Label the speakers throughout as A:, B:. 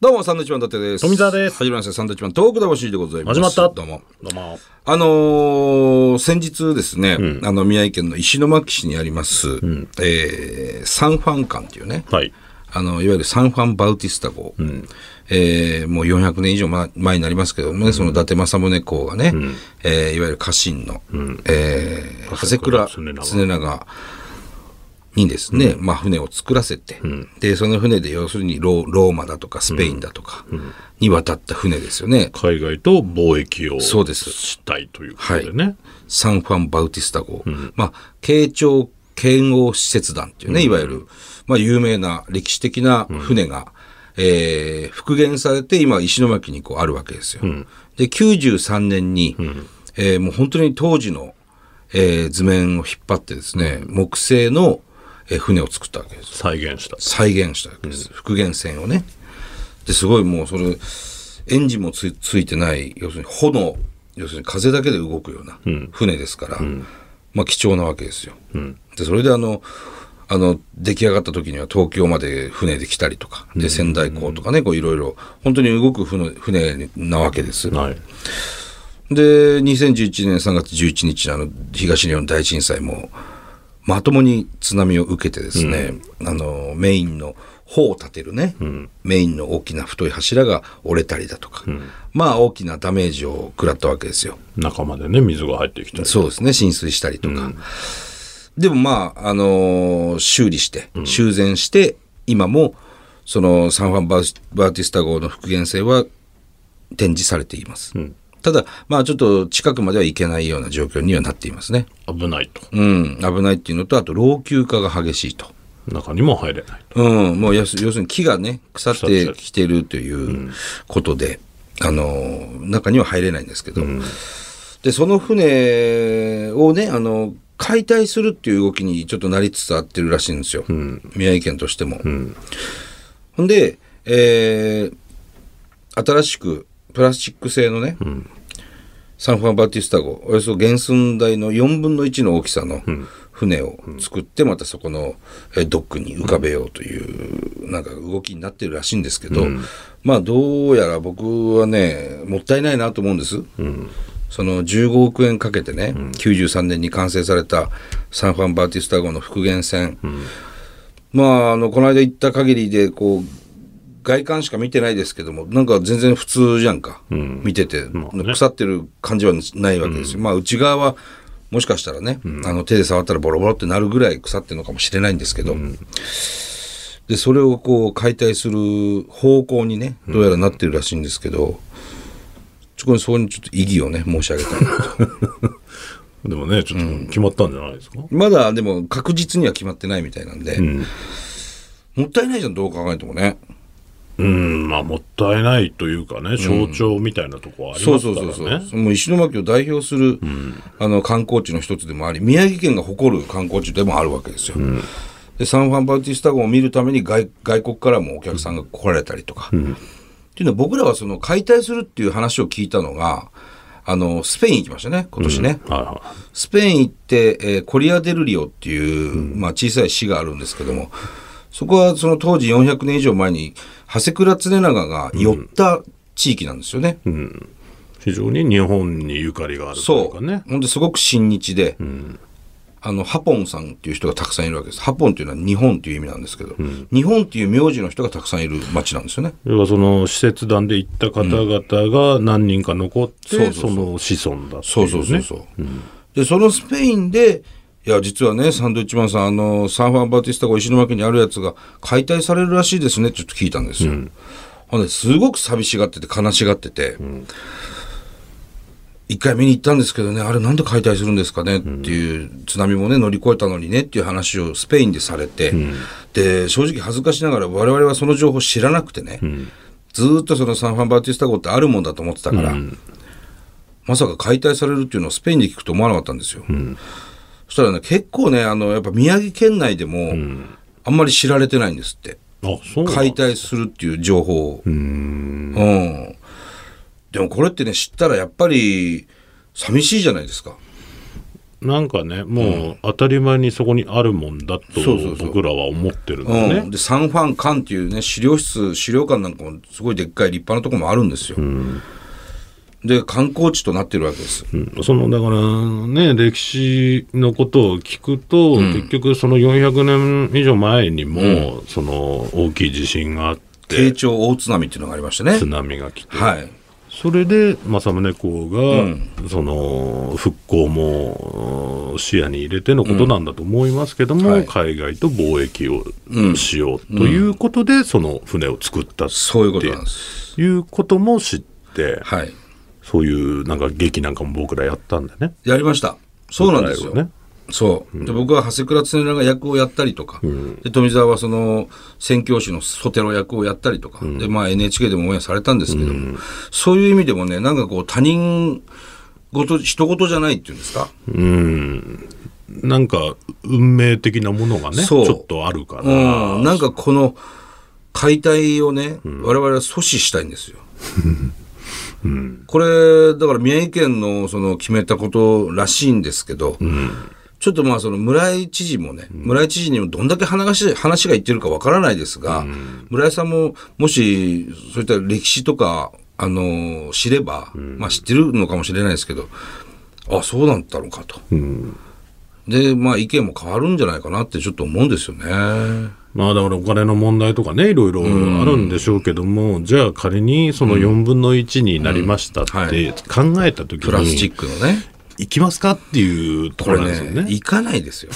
A: どうも、サンドウィッチマン伊達です。
B: 富澤です
A: はじめまして、サンドウィッチマントーク魂でございます。
B: 始まった
A: どうも。
B: どうも。
A: あのー先日ですね、あの、宮城県の石巻市にあります、えーサンファン館っていうね、
B: はい。
A: あの、いわゆるサンファン・バウティスタ号。えーもう400年以上ま前になりますけどもね、その伊達政宗公がね、えーいわゆる家臣の、えー長谷倉
B: 長谷倉
A: 常長にですね、まあ船を作らせて、で、その船で要するにローローマだとかスペインだとかに渡った船ですよね。
B: 海外と貿易を
A: そうです
B: したいということでね。
A: サンファン・バウティスタ号。まあ、慶長剣王使節団っていうね、いわゆる、まあ、有名な歴史的な船が、えー復元されて、今、石巻にこうあるわけですよ。で、93年に、えーもう本当に当時の、えー図面を引っ張ってですね、木製の、えー船を作ったわけです。
B: 再現した。
A: 再現したわけです。復元船をね。ですごいもうそれ、エンジンもつついてない、要するに炎、要するに風だけで動くような船ですから、まあ貴重なわけですよ。で、それであの、あの、出来上がった時には東京まで船で来たりとか、で、仙台港とかね、こういろいろ、本当に動く船船なわけです。
B: はい。
A: で、2011年3月11日のあの東日本大震災も、まともに津波を受けてですね、あの、メインの帆を立てるね、メインの大きな太い柱が折れたりだとか、まあ大きなダメージを食らったわけですよ。
B: 中までね、水が入ってきたり。
A: そうですね、浸水したりとか。でもまあ、あのー修理して、修繕して、今も、そのサンファンバウバウティスタ号の復元性は展示されています。ただ、まあちょっと近くまでは行けないような状況にはなっていますね。
B: 危ないと。
A: うん、危ないっていうのと、あと老朽化が激しいと。
B: 中にも入れない
A: うん、もうやす要するに木がね、腐っ
B: 腐って
A: てきてるということで、あの、中には入れないんですけど、で、その船をね、あの、解体するっていう動きにちょっとなりつつあってるらしいんですよ。宮城県としても。ほんで、えー新しくプラスチック製のね、サンファン・バティスタ号、およそ原寸大の4分の1の大きさの船を作って、またそこのえードックに浮かべようという、なんか動きになってるらしいんですけど、まあ、どうやら僕はね、もったいないなと思うんです。その15億円かけてね、93年に完成されたサンファン・バティスタ号の復元船、まあ、あの、この間行った限りで、こう、外観しか見てないですけども、なんか全然普通じゃんか。見てて、
B: まあね
A: 腐ってる感じはないわけですよ。まあ、内側は、もしかしたらね、あの手で触ったらボロボロってなるぐらい腐ってるのかもしれないんですけど、で、それをこう解体する方向にね、どうやらなってるらしいんですけど、ちょこれそこにちょっと意義をね、申し上げたいなと。
B: と。でもね、ちょっと決まったんじゃないですか。
A: まだでも確実には決まってないみたいなんで、
B: うん。
A: もったいないじゃん、どう考えてもね。
B: うん、まあ、もったいないというかね、象徴みたいなとこはあり
A: そ
B: ま
A: うそ
B: す
A: う
B: か
A: そうそう、
B: らね。
A: もう石巻を代表する、あの観光地の一つでもあり宮城県が誇る観光地でもあるわけですよ、でサンファンバウティスタ号を見るために外外国からもお客さんが来られたりとか、っていうのは僕らはその解体するっていう話を聞いたのがあのスペイン行きましたね今年ね、
B: はいは
A: スペイン行って、えーコリアデルリオっていう、まあ、小さい市があるんですけども、そこはその当時400年以上前に、長谷倉常長が寄った地域なんですよね。
B: い。うん。非常に日本にゆかりがあるとい
A: そう
B: か
A: う。
B: ね。
A: ほんですごく親日で、あの、ハポンさんっていう人がたくさんいるわけです。ハポンっていうのは日本っていう意味なんですけど、日本っていう名字の人がたくさんいる町なんですよね。
B: 要はその施設団で行った方々が何人か残って、
A: そうそうそ
B: そうの子孫だっていう、ね。
A: そうそうそうそう、でそのスペインでいや実はねサンドウィッチマンさんあのサンファン・バティスタが石巻にあるやつが解体されるらしいですねちょっと聞いたんですよ、ほんですごく寂しがってて悲しがってて、一回見に行ったんですけどねあれなんで解体するんですかねっていう、津波もね乗り越えたのにねっていう話をスペインでされて、で正直恥ずかしながら我々はその情報知らなくてね、ずーっとそのサンファン・バティスタ号ってあるもんだと思ってたから、まさか解体されるっていうのをスペインで聞くと思わなかったんですよ。そしたらね、結構ね、あの、やっぱ宮城県内でも、あんまり知られてないんですって。
B: あ、そうなんだ
A: 解体するっていう情報を。うん。でもこれってね、知ったらやっぱり、寂しいじゃないですか。
B: なんかね、もう当たり前にそこにあるもんだと
A: そうそうそう
B: 僕らは思ってるんだよね。
A: うん、でサンファン館っていうね資料室資料館なんかもすごいでっかい立派なとこもあるんですよ、で観光地となってるわけです
B: うんそのだからね歴史のことを聞くと、結局その400年以上前にも、その大きい地震があって
A: 慶長大津波っていうのがありましたね
B: 津波が来て、
A: はい
B: それで政宗公が、その復興も視野に入れてのことなんだと思いますけども、
A: うんはい
B: 海外と貿易をしようということで、その船を作ったって
A: そういうことなんです
B: いうことも知って、
A: はい
B: そういうなんか劇なんかも僕らやったんだね。
A: やりましたそうなんですよ、
B: 舞台をね
A: そうで僕は長谷倉常長が役をやったりとか、で富澤はその宣教師のソテロ役をやったりとか、でまあ、NHK でも応援されたんですけど、そういう意味でもねなんかこう他人事人事じゃないっていうんですか、
B: なんか運命的なものがねち
A: そう
B: ょっとあるから、
A: うん、なんかこの解体をね、我々は阻止したいんですよ。これだから宮城県のその決めたことらしいんですけど、ちょっとまあその村井知事もね、村井知事にもどんだけ話が話がいってるかわからないですが、村井さんももしそういった歴史とか、あの知れば、まあ知ってるのかもしれないですけど、あ、そうだったのかと。で、まあ意見も変わるんじゃないかなってちょっと思うんですよね。
B: まあだからお金の問題とかねいろいろあるんでしょうけども、じゃあ仮にその4分の1になりましたっ
A: うんは
B: て考えた時
A: プラスチ
B: に
A: ックのね。
B: 行きますかっていうとこ
A: こ
B: ろ
A: れ
B: なんですよ
A: ね、
B: ね。
A: 行かないですよ。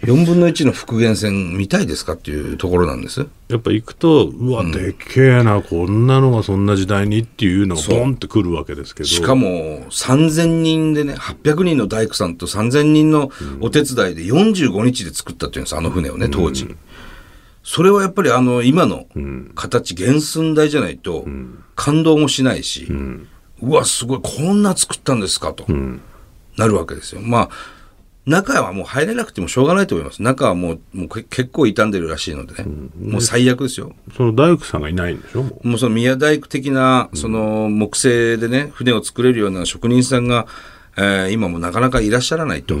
A: 4分の1の復元線見たいですかっていうところなんです。
B: やっぱ行くとうわでっけえな、こんなのがそんな時代にっていうのがボンってくるわけですけど
A: しかも3000人でね、800人の大工さんと3000人のお手伝いで45日で作ったっていうんです、あの船をね、当時。それはやっぱりあの今の形、原寸大じゃないと感動もしないし、うわ、すごい、こんな作ったんですかと、なるわけですよ。まあ、中はもう入れなくてもしょうがないと思います。中はもうもうけ結構傷んでるらしいのでね、もう最悪ですよ。
B: その大工さんがいないんでしょもう
A: もうその宮大工的な、その木製でね、船を作れるような職人さんが、えー今もなかなかいらっしゃらないと。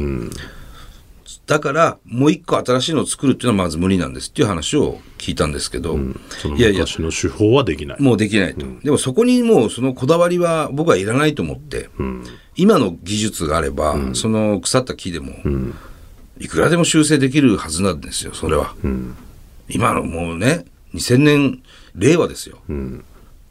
A: だから、もう一個新しいのを作るっていうのはまず無理なんですっていう話を聞いたんですけど、
B: その
A: いやいや、
B: 昔の手法はできない。
A: もうできないと。でもそこにもうそのこだわりは僕はいらないと思って、今の技術があれば、その腐った木でも、いくらでも修正できるはずなんですよ、それは。今のもうね、2000年、令和ですよ。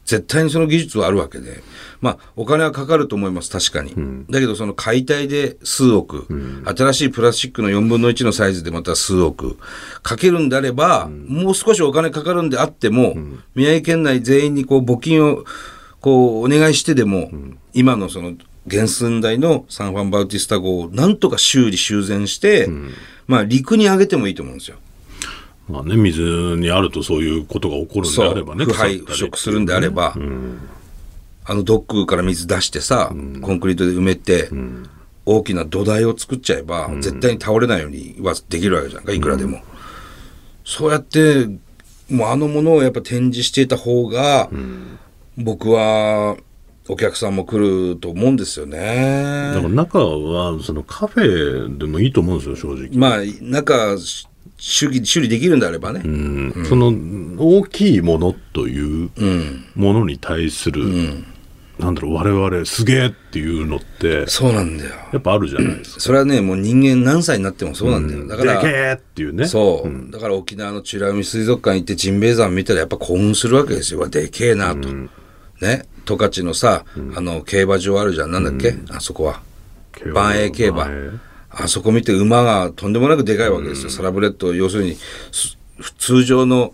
A: 絶対にその技術はあるわけで、まあ、お金はかかると思います、確かに。だけど、その解体で数億、新しいプラスチックの4分の1のサイズでまた数億、かけるんであれば、もう少しお金かかるんであっても、宮城県内全員にこう募金をこうお願いしてでも、今のその原寸大のサンファン・バウティスタ号をなんとか修理、修繕して、まあ、陸に上げてもいいと思うんですよ。
B: まあね、水にあるとそういうことが起こるんであればね、
A: 腐敗
B: 腐っ
A: 腐
B: たり
A: 食するんであれば、あのドックから水出してさ、コンクリートで埋めて、大きな土台を作っちゃえば、絶対に倒れないようにはできるわけじゃんかいくらでも、そうやってもうあのものをやっぱ展示していた方が、僕はお客さんも来ると思うんですよ
B: だか
A: ね
B: ら中はそのカフェでもいいと思うんですよ正直、
A: まあ中修理修理できるんであればね、
B: うんその大きいものというものに対する、なんだろう我々すげえっていうのって
A: そうなんだよ
B: やっぱあるじゃないですか、
A: それはねもう人間何歳になってもそうなんだよ、だから
B: でけえっていうね
A: そう、だから沖縄の美ら海水族館行ってジンベエザメ見たらやっぱ興奮するわけですよ。うわでけえなと。ね。十勝のさ、あの競馬場あるじゃん。なんだっけ、あそこは。
B: 競馬
A: 万栄競馬
B: 万栄。
A: あそこ見て馬がとんでもなくでかいわけですよ。サラブレッド、要するに、す通常の,、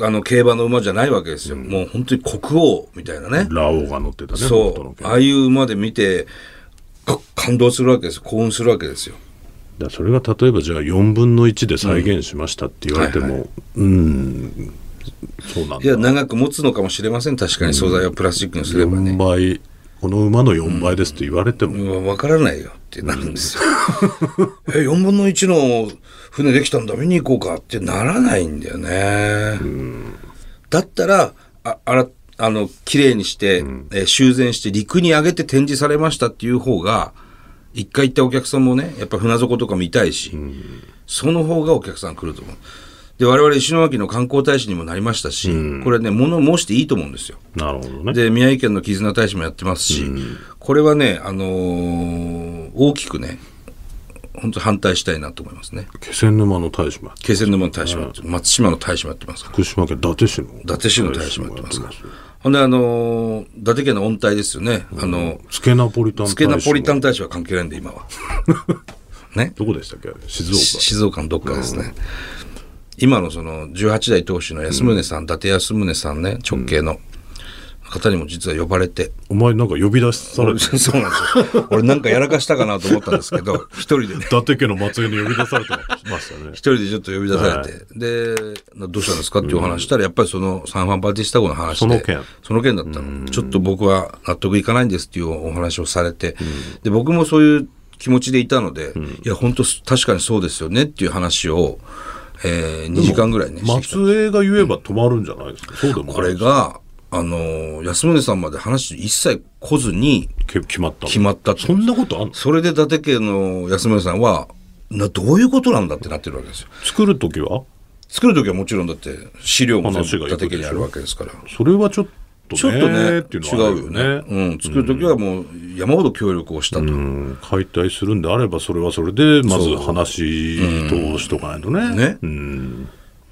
A: あの競馬の馬じゃないわけですよ。もう本当に国王みたいなね。
B: ラオウが乗ってたね元の
A: そう。
B: 競馬
A: ああいう馬で見て、か感動するわけですよ。興奮するわけですよ。
B: だからそれが例えばじゃあ4分の1で再現しましたって言われても、うん
A: はい
B: そうなん
A: い
B: だ
A: や、長く持つのかもしれません。確かに素材をプラスチックにすればね。
B: 4倍この馬の4倍ですって言われても、
A: うんわからないよってなるんですよ。 え、4分の1の船できたんだ、見に行こうかってならないんだよね。だったら、あ、あら、あの、綺麗にして、えー修繕して陸に上げて展示されましたっていう方が、一回行ったお客さんもね、やっぱ船底とか見たいし、
B: うん
A: その方がお客さん来ると思う。で、我々石巻の観光大使にもなりましたし、
B: うん
A: これね、物申していいと思うんですよ。
B: なるほ どね。
A: で、宮城県の絆大使もやってますし、
B: うん
A: これはね、あのー大きくね、本当反対したいなと思いますね。
B: 気仙沼の大島、
A: 気仙沼の大使もやって、松島の大使もやってますから。
B: 福島県伊達市の
A: 伊達市の大使もやってます
B: 大
A: か
B: 使も
A: ら。
B: やってま
A: ほんで、あのー伊達県の温帯ですよね。あのー、
B: す。つけナポリタン大使
A: つけナポリタ
B: ン。
A: ン大使は関係ないんで、今は。ね。
B: どこでしたっけあれ静
A: し
B: 岡。
A: 静岡のどっかですね、今のその18代当主の安宗さん、伊達安宗さんね直系の方にも実は呼ばれて、
B: お前なんか呼び出されて、
A: そうなんですよ俺なんかやらかしたかなと思ったんですけど一人でね
B: 伊達家の末裔に呼び出さ れてましたね
A: 一。人でちょっと呼び出されて、でなどうしたんですかっていうお話したら、やっぱりそのサンファン・バティスタ号の話で
B: その件
A: その件だったのちょっと僕は納得いかないんですっていうお話をされて、で僕もそういう気持ちでいたので、いや本当確かにそうですよねっていう話を、え2時間ぐらいねしてきた
B: 末裔が言えば止まるんじゃないですか。そうでも
A: これが、あのー安宗さんまで話一切来ずに
B: け決まったの。
A: 決まったと
B: そんなことあんの
A: それで伊達家の安宗さんは、な、どういうことなんだってなってるわけですよ。
B: 作るときは
A: 作るときはもちろんだって、資料も全部伊
B: 話がいくでしょ
A: 達家にあるわけですから。
B: それはちょっとね。
A: ちょっとね、
B: っていう
A: 違う
B: のはある
A: よね。うん、作るときはもう山ほど協力をしたと。
B: うん解体するんであれば、それはそれで、まず話通しとかないとね。
A: ね
B: うん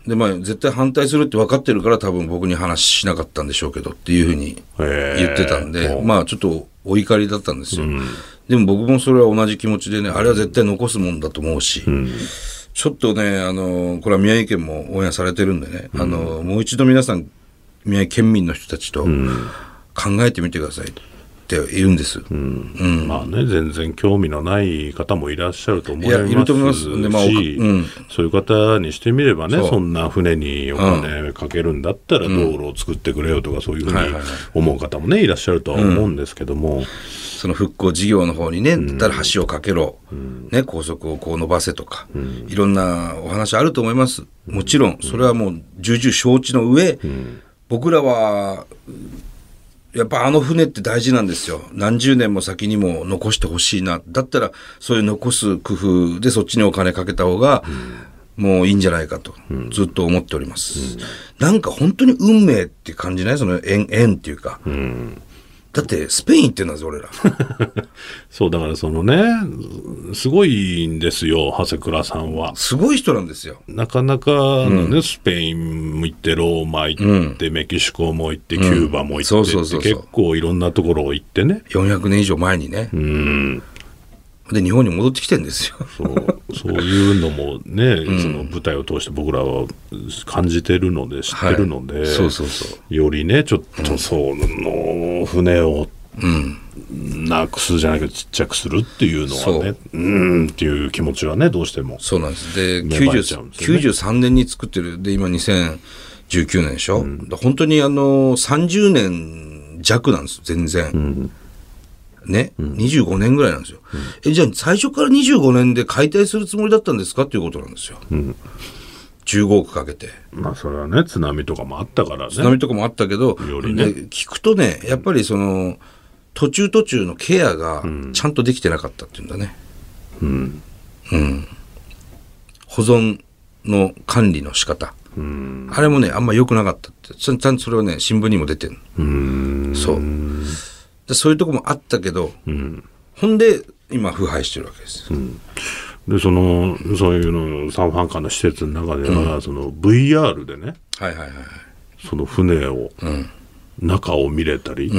A: で、まあ、絶対反対するって分かってるから多分僕に話しなかったんでしょうけどっていうふうに
B: へえ
A: 言ってたんで、
B: もう
A: まあちょっとお怒りだったんですよ、でも僕もそれは同じ気持ちでねあれは絶対残すもんだと思うし、ちょっとねあのこれは宮城県も応援されてるんでね、あのもう一度皆さん宮城県民の人たちと考えてみてくださいって言うんです、
B: まあね、全然興味のない方もいらっしゃると思います
A: い
B: し
A: やいると思いますねまあおかうん
B: そういう方にしてみればね
A: そ
B: そ、
A: うん
B: な船にお金かけるんだったら道路を作ってくれよとか、そういうふうに
A: はいはいはい
B: 思う方もね、いらっしゃるとは思うんですけども、
A: その復興事業の方にね、だったら橋を架けろ、ね、高速をこう伸ばせとか、いろんなお話あると思います。もちろん、それはもう重々承知の上、僕らは、やっぱあの船って大事なんですよ。何十年も先にも残してほしいな。だったら、そういう残す工夫でそっちにお金かけた方が、もういいんじゃないかと、ずっと思っております。なんか本当に運命って感じないその縁、縁っていうか。だって、スペイン行ってんだぜ、俺ら。
B: そう、だからそのね、すごいんですよ、長谷倉さんは。
A: すごい人なんですよ。
B: なかなかのね、スペインも行って、ローマ行って、メキシコも行って、キューバも行
A: そう
B: って
A: そう
B: っ
A: そ
B: て、
A: うそう
B: 結構いろんなところ行ってね。
A: 400年以上前にね。
B: うん
A: で、日本に戻ってきてんですよ。
B: そうそういうのも ね、その舞台を通して僕らは感じてるので知ってるので、
A: はいそうそうそ
B: よりねちょっとその船を
A: う。うん。
B: なくすじゃなくてちっちゃくするっていうのはねうーんっていう気持ちはねどうしても
A: そうなんです。で、
B: 芽生えちゃうん
A: 90
B: ですよね
A: 93年に作ってる。で、今2019年でしょ。だ本当にあの、30年弱なんですよ、全然。ね、25年ぐらいなんですよ、え、じゃあ最初から25年で解体するつもりだったんですかっていうことなんですよ。15億かけて。
B: まあそれはね津波とかもあったからね
A: 津波とかもあったけど、
B: より
A: で
B: ね
A: 聞くとね、やっぱりその、途中途中のケアがちゃんとできてなかったっていうんだね。うん。保存の管理の仕方。
B: うん
A: あれもね、あんま良くなかったって。ちゃんちゃんとそれはね、新聞にも出てる。
B: うーん
A: そう。でそういうとこもあったけど、ほんで、今、腐敗してるわけです。
B: でそのそういうのサンファンカの施設の中では、その VR でね
A: はいはいはいはい。
B: その船を、
A: ん
B: 中を見れたり、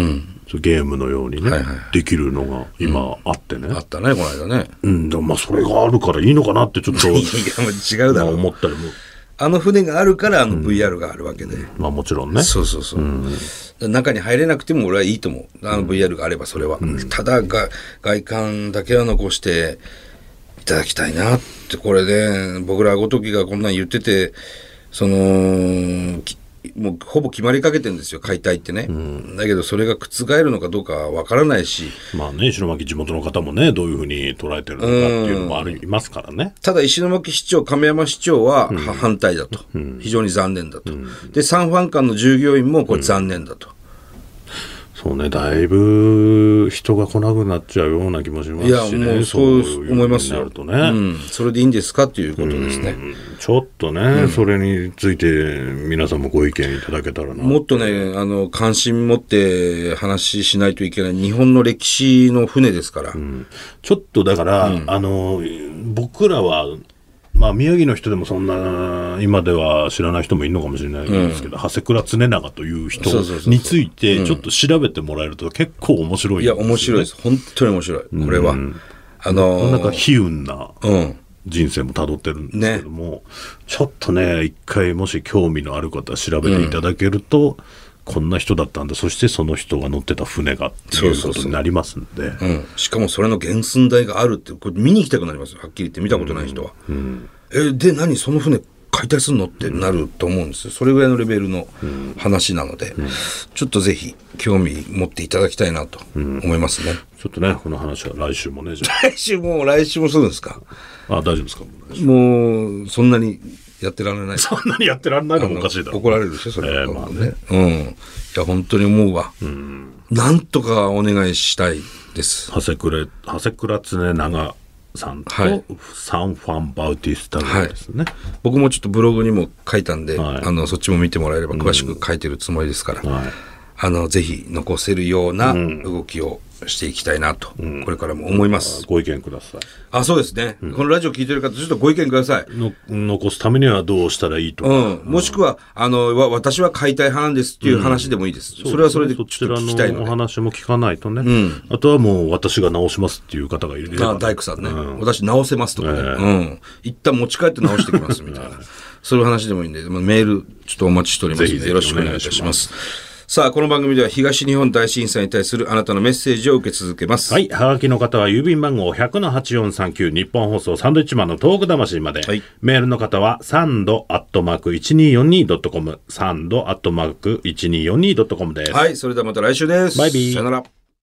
B: そうゲームのようにね、
A: はいはい
B: できるのが今あってね、
A: あったね、この間 ね。
B: うんでもまあそれがあるからいいのかなってちょっと
A: いや、もう違うだ
B: まあ
A: ろう。
B: 思ったりも
A: あの船があるから、あの VR があるわけで。
B: まあもちろんね
A: そうそうそう。中に入れなくても俺はいいと思う。あの VR があればそれは。ただが、外観だけは残していただきたいなって、これね、僕らごときがこんなん言ってて、その、きもうほぼ決まりかけてるんですよ、解体ってね。だけどそれが覆るのかどうかはわからないし、
B: まあね石巻地元の方もねどういうふうに捉えてるのかっていうのもありますからね
A: ただ石巻市長、亀山市長はは反対だと。非常に残念だと。で、サンファン館の従業員もこれ残念だと。
B: そうね、だいぶ人が来なくなっちゃうような気もします
A: いや、
B: しね。
A: もうそう思います
B: よう
A: よ。
B: になると
A: う
B: ね。
A: ん、それでいいんですかということですね。
B: ちょっとね、それについて皆さんもご意見いただけたらな。
A: もっとね、あの、関心持って話ししないといけない日本の歴史の船ですから。
B: ちょっとだから、あの、僕らは、まあ、宮城の人でもそんな、今では知らない人もいるのかもしれないですけど、長谷倉常長という人
A: そうそうそうそう
B: について、ちょっと調べてもらえると結構面白
A: い
B: いんですよ
A: や、
B: ね、
A: 面白いです。本当に面白い。これは。あ
B: なん
A: の
B: か、悲運な
A: うん。
B: 人生も辿ってるんですけども、ちょっとね、一回もし興味のある方は調べていただけると、こんな人だったんだ、そしてその人が乗ってた船がっていうことになりますんで。
A: うん、しかもそれの原寸大があるってこれ見に行きたくなりますよはっきり言って見たことない人は、えで何その船解体するのってなると思うんですよそれぐらいのレベルの話なので、ちょっとぜひ興味持っていただきたいなと思いますね、
B: ちょっとね、この話は来週もね、じゃ
A: 来週も来週もするんですか
B: あ、あ大丈夫ですか
A: もうそんなにやってられない
B: そんなにやってらんないの
A: あ
B: も
A: の
B: おかしいだろ。
A: 怒られるでしょそれは、
B: ええまあ
A: ねうんいや本当に思うわ、なんとかお願いしたいです
B: 長谷倉、長谷倉常長さんと、
A: はい
B: サンファン・バウティスタルですね。
A: 僕もちょっとブログにも書いたんで、
B: はい
A: あのそっちも見てもらえれば詳しく書いてるつもりですから、
B: はい。
A: あのぜひ残せるような動きをしていきたいなと、これからも思います、
B: ご意見ください。
A: あそうですね、このラジオ聞いてる方ちょっとご意見ください
B: の残すためにはどうしたらいいとか。
A: うん、もしくは、あの、わ私は解体派なんですっていう話でもいいです。それはそれでちょっと聞きたいの
B: そちらのお
A: で。
B: 話も聞かないとね、あとはもう私が直しますっていう方がいる
A: あ大工さんね、私直せますとかね、
B: ええ
A: うん。一旦持ち帰って直してきますみたいな。そういう話でもいいんで、まあメールちょっとお待ちしておりますので、
B: ぜひぜひ
A: よろしくお願いいたします。さあ、この番組では東日本大震災に対するあなたのメッセージを受け続けます。
B: はい。はがきの方は郵便番号100-8439日本放送サンドイッチマンのトーク魂まで。
A: はい
B: メールの方はサンドアットマーク 1242.com サンドアットマーク 1242.com です。
A: はい、それではまた来週です。
B: バイビー
A: さよなら。